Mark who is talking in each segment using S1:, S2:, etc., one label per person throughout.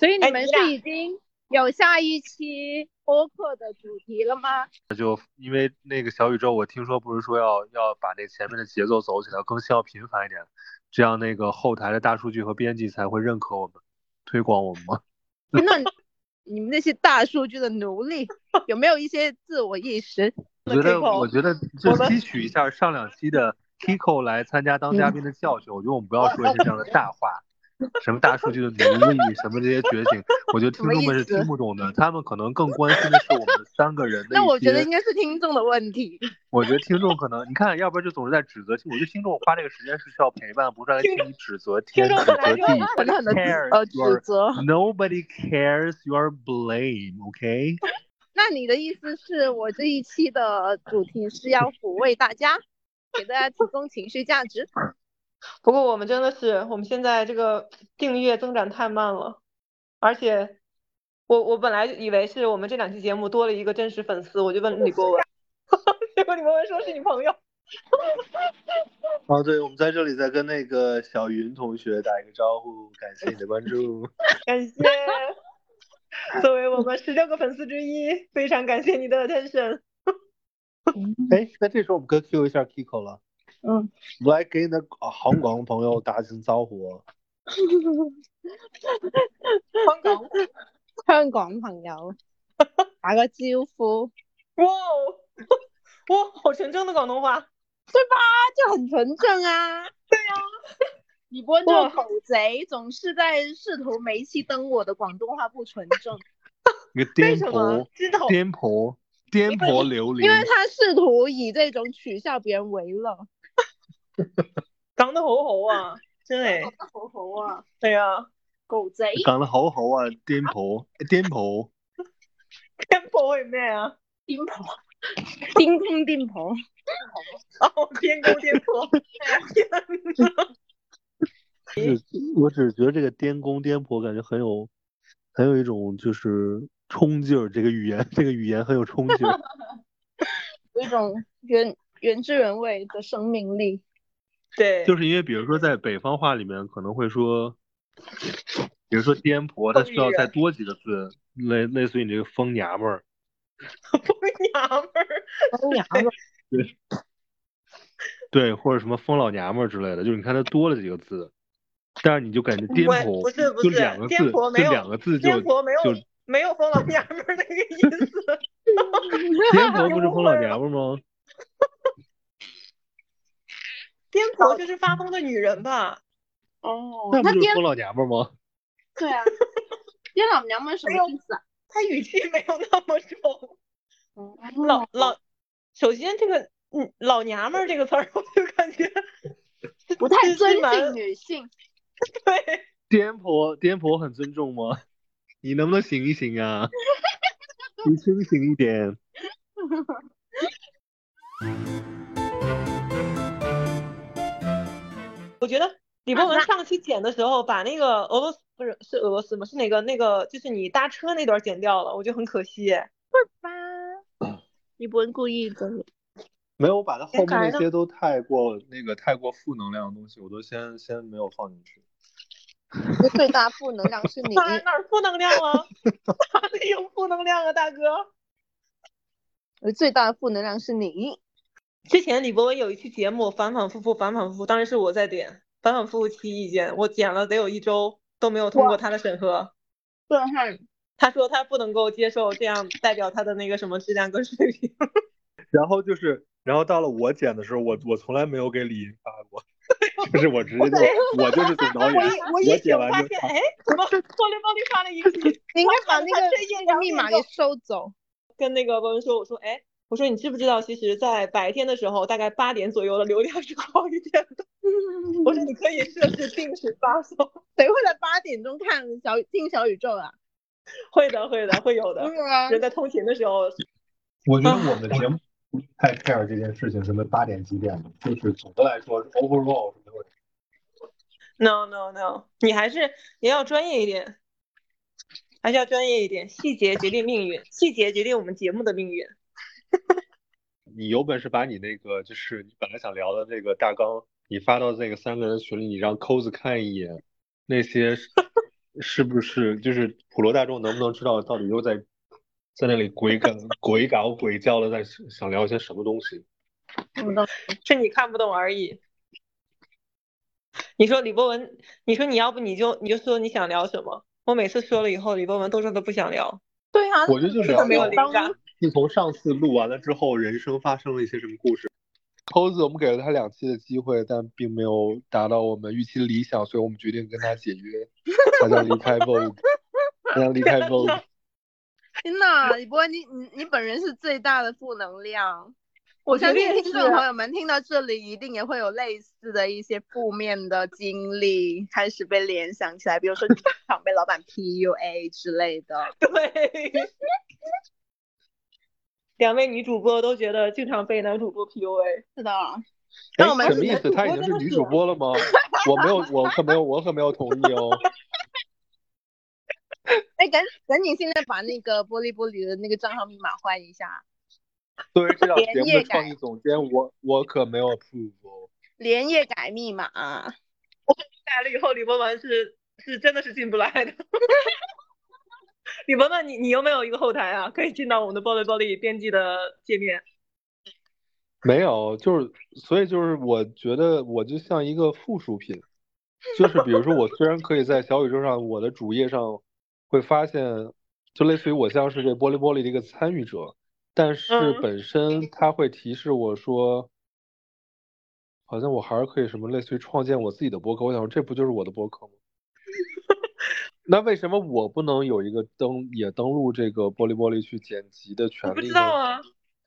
S1: 你们是已经有下一期播客的主题了吗？
S2: 那就因为那个小宇宙，我听说不是说要要把那前面的节奏走起来，更新要频繁一点，这样那个后台的大数据和编辑才会认可我们，推广我们吗？
S1: 那你们那些大数据的奴隶有没有一些自我意识？
S2: 我觉得，我觉得就吸取一下上两期的 Kiko 来参加当嘉宾的
S1: 嗯
S2: 教训。我觉得我们不要说一些这样的大话，什么大数据的奴隶，什么这些觉醒，我觉得听众们是听不懂的。他们可能更关心的是我们三个人的。
S1: 那我觉得应该是听众的问题。
S2: 我觉得听众可能，你看，要不然就总是在指责。我觉得听众花这个时间是需要陪伴，不是来听你指责天、指责地。
S1: 狠狠的 呃指责。
S2: Nobody cares your blame, OK?
S1: 那你的意思是我这一期的主题是要抚慰大家，给大家提供情绪价值。
S3: 不过我们真的是，我们现在这个订阅增长太慢了，而且我我本来以为是我们这两期节目多了一个真实粉丝，我就问李博文， 结果李博文说是你朋友。
S2: 哦，对，我们在这里再跟那个小云同学打一个招呼，感谢你的关注，
S3: 感谢。作为我们十六个粉丝之一，非常感谢你的 attention。
S2: 哎那这时候我们该 Q 一下 Kiko 了。
S3: 嗯，
S2: 我来给你的 香港朋友打声招呼。哦
S3: 香港，
S1: 香港朋友，打个招呼。
S3: 哇，哦 哇，好纯正的广东话，
S1: 对吧？就很纯正啊。
S3: 对呀、
S1: 啊。 你播这个狗贼，总是在试图煤气灯我的广东话不纯正。
S2: 你个颠婆，颠婆，颠婆流离。
S1: 哦因为他试图以这种取笑别人为乐。
S3: 讲得好好啊，真係。
S1: 講得好好啊。
S3: 對啊，
S1: 狗仔。
S2: 講得好好啊，癲婆，癲婆。
S3: 癲婆係咩啊？
S1: 癲 婆，癲公癲婆。
S3: 哦，癲公癲婆。
S2: 只我只是觉得这个颠公颠婆感觉很有，很有一种就是冲劲儿。这个语言，这个语言很有冲 劲儿，
S1: 有一种原原汁原味的生命力。
S3: 对，
S2: 就是因为比如说在北方话里面可能会说，比如说颠婆，它需要再多几个字，类类似于你这个疯娘们儿。
S3: 疯娘们儿，
S1: 疯娘们儿，
S2: 对，对，或者什么疯老娘们儿之类的，就是你看它多了几个字。但是你就感觉颠婆
S3: 不是不
S2: 是，就两个字，
S3: 颠婆没有
S2: 两个字就
S3: 颠婆没有没有疯老娘们儿那个意思。
S2: 颠婆不是疯老娘们吗？
S3: 颠婆就是发疯的女人吧？
S1: 哦，
S2: 那
S1: 不
S2: 是疯老娘们吗？
S1: 对啊，颠老娘们什么意思啊？
S3: 她语气没有那么重。老老，首先这个嗯老娘们儿这个词儿，我就感觉
S1: 不太尊敬女性。
S3: 对，
S2: 颠婆颠婆很尊重吗？ 你能不能醒一醒 啊？你清醒一点。
S3: 我觉得李
S1: 啊
S3: 博文上期剪的时候，把那个俄罗斯不是是俄罗斯吗？是哪个那个就是你搭车那段剪掉了，我觉得很可惜。
S1: 会吧？李博文故意的。
S2: 没有，我把它后面那些都太过那个太过负能量的东西，我都先先没有放进去。
S1: 最大负能量是 你
S3: 哪儿负能量了？ 哪里有负能量啊，大哥？
S1: 我呃最大的负能量是你。
S3: 之前李博文有一期节目，反反复复，反反复复，当然是我在点，反反复复提意见，我剪了得有一周都没有通过他的审核。
S1: 震撼！
S3: 他说他不能够接受这样代表他的那个什么质量跟水平。
S2: 然后就是，然后到了我剪的时候，我我从来没有给李银发过。 就是我直接就我就是总导演，
S3: 我
S2: 一
S3: 剪
S2: 完就
S3: 哎，怎 么我刘邦丽发了一个？
S1: 你应该把那个密码给收 走。
S3: 跟那个文文说，我说哎，我说你知不知道，其实，在白天的时候，大概八点左右的流量是高一点的。我说你可以设置定时发送。
S1: 谁会在八点钟看小听小宇宙啊？
S3: 会的，会的，会有的。人在通勤的时候。
S2: 我觉得我们节目。太 care 这件事情，什么八点几点的，就是总的来说，overall 是没有。
S3: No no no，你还是也要专业一点，还是要专业一点。细节决定命运，细节决定我们节目的命运。
S2: 你有本事把你那个，就是你本来想聊的那个大纲，你发到那个三个人群里，你让抠子看一眼，那些是不是就是普罗大众能不能知道到底又在在那里鬼搞鬼搞鬼叫的，在想聊些什么东西？
S1: 什么东西？
S3: 是你看不懂而已。你说李博文，你说你要不你就你就说你想聊什么？我每次说了以后，李博文都说他不想聊。
S1: 对啊，
S2: 我觉得就是聊
S3: 没有
S2: 聊
S3: 灵感。
S2: 自从上次录完了之后，人生发生了一些什么故事？pose 我们给了他两期的机会，但并没有达到我们预期理想，所以我们决定跟他解约，他将离开 Vogue，他将离开 Vogue。
S1: 天呐，李博，你你你本人是最大的负能量。
S3: 我
S1: 我相
S3: 觉得
S1: 信
S3: 也
S1: 听
S3: 是
S1: 众朋友们听到这里，一定也会有类似的一些负面的经历，开始被联想起来，比如 说职场被老板 PUA 之类的。
S3: 对。两位女主播都觉得经常被男主播 PUA，
S1: 是的，
S2: 哎
S1: 那我，们
S2: 什
S1: 是
S2: 么意
S3: 男
S2: 思？
S3: 主
S2: 他已
S3: 播
S2: 经
S3: 真
S2: 是
S3: 的
S2: 女
S3: 是
S2: 主播了吗？我没有，我可没有，我可没有同意哦。
S1: 哎，赶赶紧现在把那个玻璃玻璃的那个账号密码换一下，
S2: 作为这档
S1: 连
S2: 节目
S1: 夜
S2: 的
S1: 改
S2: 创意总监，我我可没有 approve 哦。
S1: 连夜改密码。
S3: 改了以后李博文是是真的是进不来的。 李博文，你你有没有一个后台啊？可以进到我们的暴力暴力编辑的界面。
S2: 没有，就是所以就是我觉得我就像一个附属品，就是比如说我虽然可以在小宇宙上我的主页上会发现，就类似于我像是这玻璃玻璃的一个参与者，但是
S3: 嗯
S2: 本身它会提示我说，好像我还是可以什么类似于创建我自己的博客，我想说这不就是我的博客吗？ 那为什么我不能有一个登也登录这个玻璃玻璃去剪辑的
S3: 我
S2: 权
S3: 不
S2: 利
S3: 知
S2: 呢？
S3: 道啊，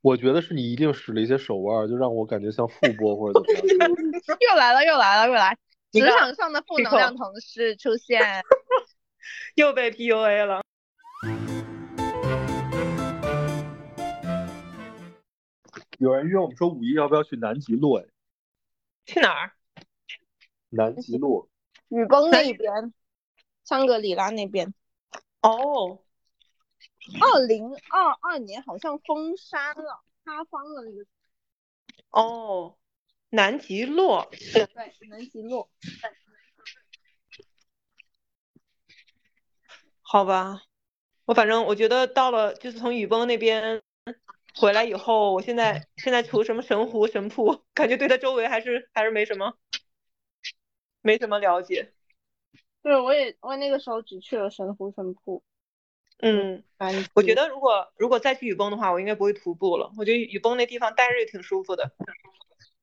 S2: 我觉得是你一定使了一些手腕儿，就让我感觉像复播或者怎
S3: 啊
S2: 么样。
S1: 又来了，又来了，又来！
S3: 你
S1: 职
S3: 看
S1: 场上的负能量同事出现，
S3: 又被 PUA 了。
S2: 有人约我们说五一要不要去南极路？哎，
S3: 去哪儿？
S2: 南极路，
S1: 雨崩
S3: 那一
S1: 那边，香格里拉那边。
S3: 哦，
S1: 二零二二年好像封山了，塌方了那个
S3: 哦，南极落，
S1: 对，南极路。
S3: 好吧，我反正我觉得到了，就是从雨崩那边回来以后，我现在现在除什么神湖、神瀑，感觉对它周围还是还是没什么，没什么了解。
S1: 对，我也我那个时候只去了神湖神瀑，
S3: 嗯，
S1: 啊
S3: 我觉得如果如果再去雨崩的话，我应该不会徒步了。我觉得雨崩那地方待着也挺舒服的。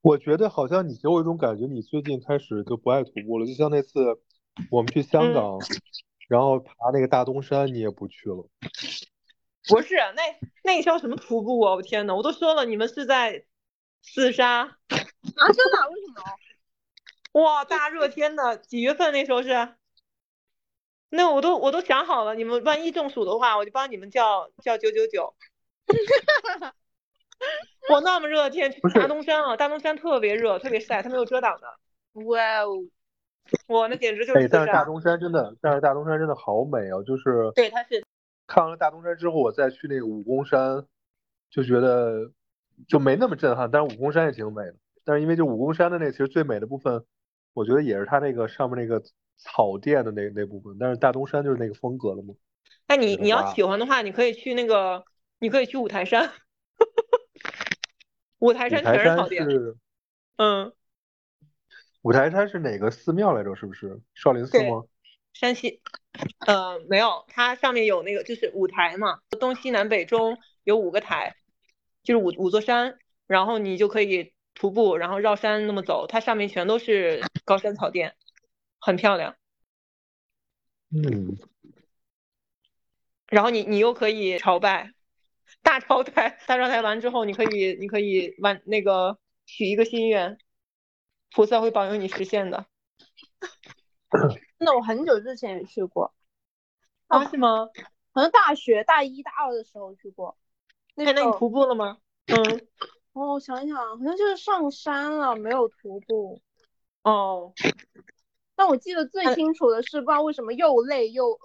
S2: 我觉得好像你给我一种感觉，你最近开始就不爱徒步了，就像那次我们去香港，然后爬那个大东山，你也不去了。
S3: 不是，啊那那叫什么徒步啊！我天呐，我都说了，你们是在四沙，
S1: 啊，真的啊？为什么？
S3: 哇，大热天的，几月份那时候是？那我都我都想好了，你们万一中暑的话，我就帮你们叫叫九九 九。我那么热的天去
S2: 不是
S3: 大东山啊，大东山特别热，特别晒，它没有遮挡的。
S1: 哇哦，
S3: 我那简直就是
S2: 哎，
S3: 四
S2: 但是大
S3: 沙。
S2: 东山真的，但是大东山真的好美啊！就是
S3: 对，它是
S2: 看完了大东山之后，我再去那个武功山，就觉得就没那么震撼，但是武功山也挺美的。但是因为就武功山的那其实最美的部分，我觉得也是它那个上面那个草甸的那那部分，但是大东山就是那个风格了嘛。
S3: 那你
S2: 是
S3: 你要
S2: 吧
S3: 喜欢的话，你可以去那个，你可以去五台山， 五台
S2: 五
S3: 山
S2: 台
S3: 全是
S2: 山
S3: 草甸。
S2: 是
S3: 嗯，
S2: 五台山是哪个寺庙来着？是不是少林寺
S3: 对
S2: 吗？
S3: 山西，呃，没有，它上面有那个就是五台嘛，东西南北中有五个台，就是五五座山，然后你就可以徒步，然后绕山那么走，它上面全都是高山草甸，很漂亮。
S2: 嗯，
S3: 然后你你又可以朝拜，大朝拜，大朝拜完之后，你可以你可以完那个许一个心愿，菩萨会保佑你实现的。
S1: 真的，我很久之前也去过，
S3: 啊，是吗？
S1: 好像大学大一大二的时候去过。那
S3: 哎，那
S1: 时
S3: 你
S1: 候
S3: 徒步了吗？嗯，
S1: 哦，我想一想，好像就是上山了，没有徒步。
S3: 哦，
S1: 但我记得最
S3: 哎
S1: 清楚的是，不知道为什么又累又饿，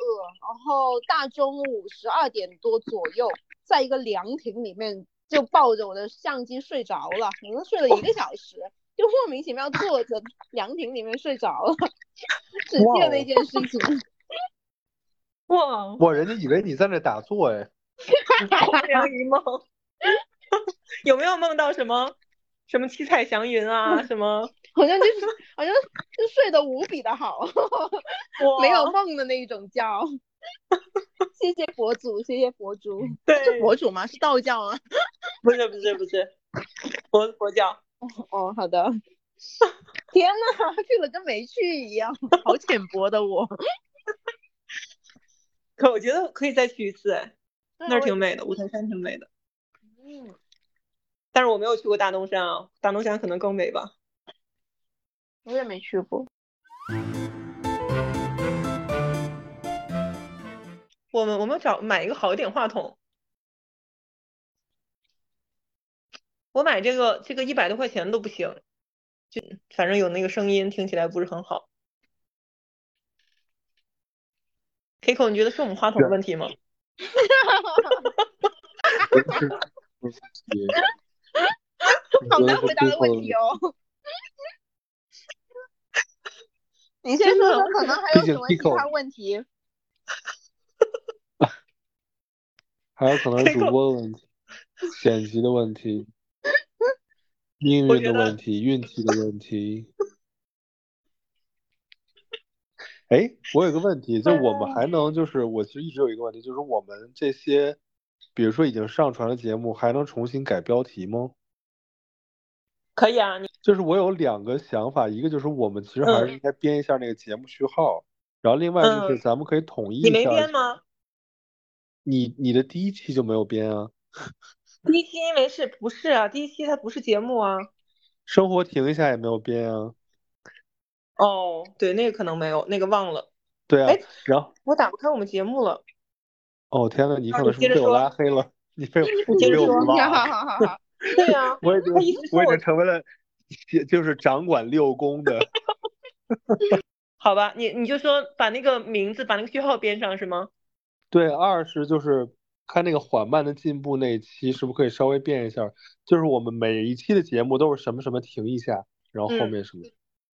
S1: 然后大中午十二点多左右，在一个凉亭里面就抱着我的相机睡着了，可能睡了一个小时，就莫名其妙坐着凉亭里面睡着了，只记
S2: 哇
S1: 得
S2: 哦
S1: 那件事情。
S3: 哇，
S2: 哇，人家以为你在那打坐哎。
S3: 良一梦， 有没有梦到什么什么七彩祥云啊？什么
S1: 好像就是好像就睡得无比的好，
S3: 哇哦
S1: 没有梦的那一种觉。 谢谢佛祖，谢谢佛祖，是
S3: 对，
S1: 佛祖吗？是道教啊吗？
S3: 不是不是不是，佛佛教，
S1: 哦，好的。天呐，去了跟没去一样，好浅薄的我。
S3: 可我觉得可以再去一次哎，那儿
S1: 我
S3: 挺美的，五台山挺美的，
S1: 嗯
S3: 但是我没有去过大东山啊，大东山可能更美吧。
S1: 我也没去过。
S3: 我们我们找买一个好一点话筒。我买这个这个一百多块钱都不行，就反正有那个声音听起来不是很好。Kiko，你觉得是我们话筒的问题吗？
S1: 好难回答的问题哦。你先说说，可能还有什么其他问题？
S2: 还有可能是主播的问题、剪辑的 问题、命
S3: 我
S2: 运
S3: 觉
S2: 的
S3: 得
S2: 问题、运气的问题。哎，我有个问题，就我们还能就是，我其实一直有一个问题，就是我们这些，比如说已经上传的节目，还能重新改标题吗？
S3: 可以啊，你
S2: 就是我有两个想法，一个就是我们其实还是应该编一下那个节目序号，然后另外就是
S3: 嗯
S2: 咱们可以统一
S3: 你
S2: 一
S3: 没
S2: 下。
S3: 编吗？
S2: 你你的第一期就没有编啊？
S3: 第一期因为是不是啊？第一期它不是节目啊。
S2: 生活停一下也没有编啊？
S3: 哦，对，那个可能没有，那个忘了，
S2: 对啊
S3: 哎，
S2: 然后
S3: 我打不开我们节目了。
S2: 哦天呐，你
S3: 啊你
S2: 可能是不
S3: 接
S2: 是
S3: 着
S2: 被我
S3: 说
S2: 拉黑了？你被我
S3: 你接
S2: 你
S3: 着
S2: 被我
S3: 说
S2: 遗忘
S1: 好
S2: 了，
S1: 好好好，
S3: 对啊呀、
S2: 我已 经
S3: 他一直说
S2: 我已
S3: 我
S2: 经成为了就就是掌管六宫的，
S3: 好吧，你你就说把那个名字把那个序号编上是吗？
S2: 对，二是就是看那个缓慢的进步那一期是不是可以稍微变一下？就是我们每一期的节目都是什么什么停一下，然后后
S3: 嗯
S2: 面什么。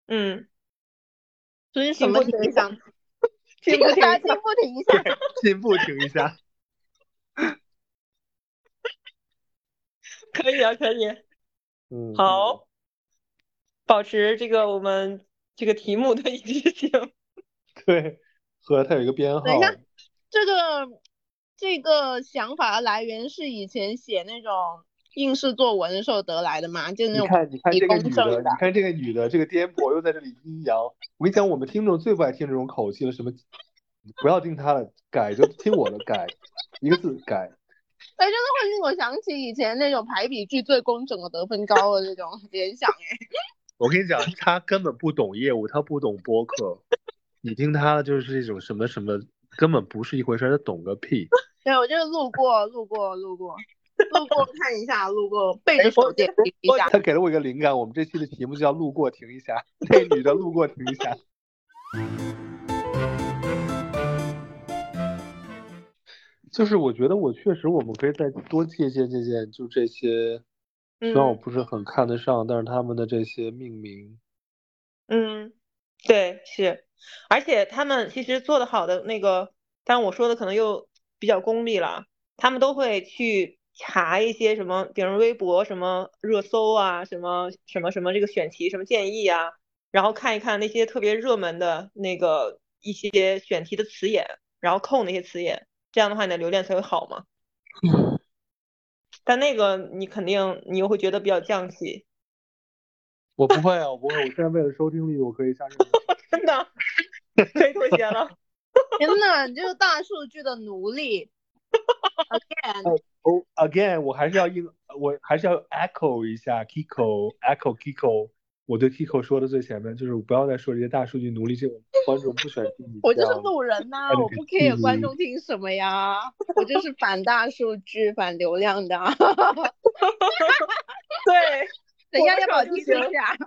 S3: 嗯，
S1: 就是什么停一下，
S3: 听不听
S1: 大家听不停一下。
S2: 对，进步停一下。
S3: 可以啊，可以。
S2: 嗯，
S3: 好，保持这个我们这个题目的一致性。
S2: 对，和它有一个编号
S1: 等一下这个这个想法的来源是以前写那种应试作文的时候得来的吗？就是那
S2: 你
S1: 种
S2: 看，你看
S1: 理
S2: 这个
S1: 工
S2: 女
S1: 证
S2: 的，
S1: 的
S2: 你看这个女的，这个颠簸又在这里阴阳。我跟你讲，我们听众最不爱听这种口气了，什么不要听她的，改就听我的改，一个字改。
S1: 哎，真的会令我想起以前那种排比句最工整的得分高的那种联想，哎，
S2: 我跟你讲，她根本不懂业务，她不懂播客，你听她的就是一种什么什么，根本不是一回事儿，她懂个屁。
S1: 对我就是路过，路过，路过，路过看一下，路过背着手点评一下。
S2: 她给了我一个灵感，我们这期的题目就叫“路过停一下”，那女的路过停一下。 就是我觉得我确实我们可以再多借鉴借鉴，就这些，虽然我
S3: 嗯
S2: 不是很看得上，但是他们的这些命名，
S3: 嗯，对，是，而且他们其实做的好的那个，但我说的可能又比较功利了，他们都会去查一些什么，比如微博什么热搜啊，什么什么什么这个选题什么建议啊，然后看一看那些特别热门的那个一些选题的词眼，然后扣那些词眼，这样的话你的流量才会好嘛。但那个你肯定你又会觉得比较降气，
S2: 我不会啊，我不会，我现在为了收听率，我可以下这个。
S3: 真的，可以妥协了。
S1: 天呐，你就是大数据的奴隶。Again，
S2: 哦、again，我还是要应，我还是要 echo 一下 Kiko，echo Kiko。我对 Kiko 说的最前面就是不要再说这些大数据奴隶，这种观众不喜欢听你
S1: 我就是
S2: 这样的
S1: 路人呐、
S2: 哎你
S1: 我不
S2: 这个
S1: care 观众听什么呀，我就是反大数据、反流量的。
S3: 对，
S1: 等一下
S3: 我
S1: 要不要
S3: 就
S1: 听
S3: 行
S1: 一下？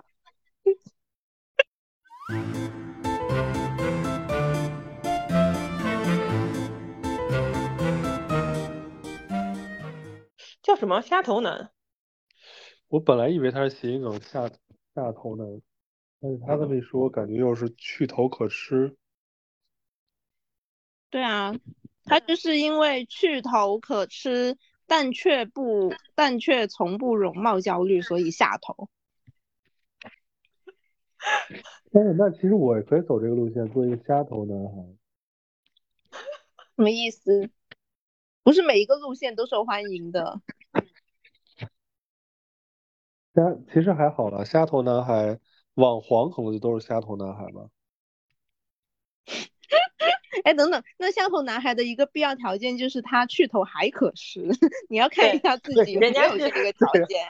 S3: 叫什么虾头男？
S2: 我本来以为他是谐音梗下下头呢，但是他这么一说，我感觉又是去头可吃。
S1: 对啊，他就是因为去头可吃，但却不但却从不容貌焦虑，所以下头。
S2: 但是那其实我也可以走这个路线，做一个虾头男孩。
S1: 什么意思？不是每一个路线都受欢迎的。
S2: 虾其实还好啦，虾头男孩网黄可能就都是虾头男孩吧。
S1: 哎，等等，那虾头男孩的一个必要条件就是他去头还可食， 你要看一下自己有没
S3: 人家
S1: 有这
S3: 是啊
S1: 个条件。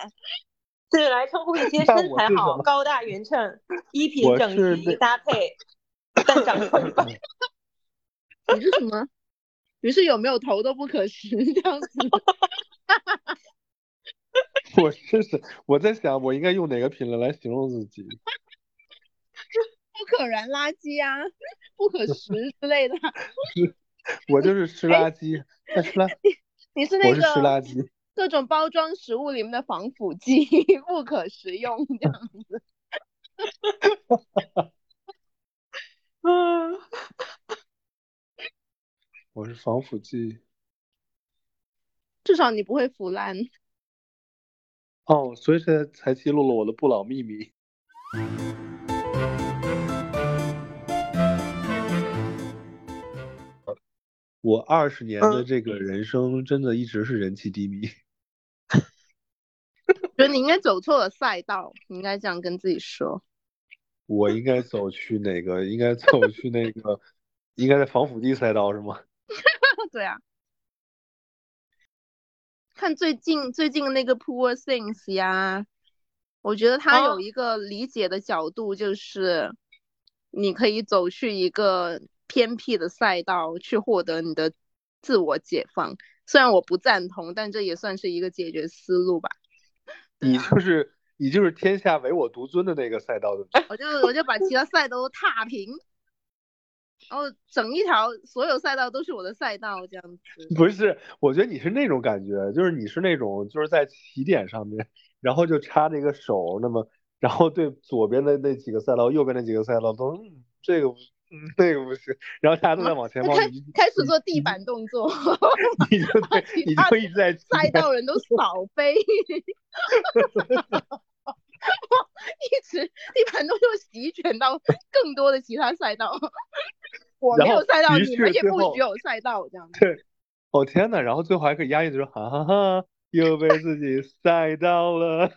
S3: 对，来称呼 一些
S2: 但
S3: 身
S2: 我
S3: 材
S2: 是什
S3: 好、
S2: 么
S3: 高大匀称、衣 品
S2: 我是
S3: 整齐
S2: 那
S3: 搭配，但长 相
S1: 你是什么？你是有没有头都不可食这样子？
S2: 我真是我在想，我应该用哪个品类来形容自己？
S1: 不可燃垃圾啊，不 可食之类的。
S2: 我就是吃垃圾，但吃垃，
S1: 你是
S2: 我
S1: 那
S2: 是吃
S1: 个
S2: 垃圾。
S1: 各种包装食物里面的防腐剂， 不可食用这样子。
S3: 嗯，
S2: 我是防腐剂。
S1: 至少你不会腐烂。
S2: 哦，所以现在才揭露了我的不老秘密。 我二十年的这个人生真的一直是人气低迷。
S1: 觉得你应该走错了赛道，你应该这样跟自己说。
S2: 我应该走去哪个？应该走去那个，应该在防腐剂赛道是吗？
S1: 对啊，看最近最近的那个 Poor Things 呀，我觉得他
S3: 哦
S1: 有一个理解的角度，就是你可以走去一个偏僻的赛道去获得你的自我解放。虽然我不赞同，但这也算是一个解决思路吧。
S2: 你就是你就是天下唯我独尊的那个赛道的。
S1: 我就我就把其他赛道都踏平，然后整一条所有赛道都是我的赛道，这样子。
S2: 不是，我觉得你是那种感觉，就是你是那种就是在起点上面，然后就插那个手，那么然后对左边的那几个赛道、右边那几个赛道都、嗯、这个不嗯那个不行，然后大家都在往前跑，
S1: 开
S2: 你
S1: 开始做地板动作，
S2: 你就对，你就一直在起
S1: 赛
S2: 点。
S1: 道人都扫飞，一直地板动作席卷到更多的其他赛道。 我没
S2: 然
S1: 有
S2: 后
S1: 赛道，
S2: 于
S1: 你
S2: 是
S1: 们也
S2: 最
S1: 不
S2: 后
S1: 许有赛道，这样子。
S2: 哦天呐，然后最后还可以压抑的说， 哈哈哈，又被自己赛到了。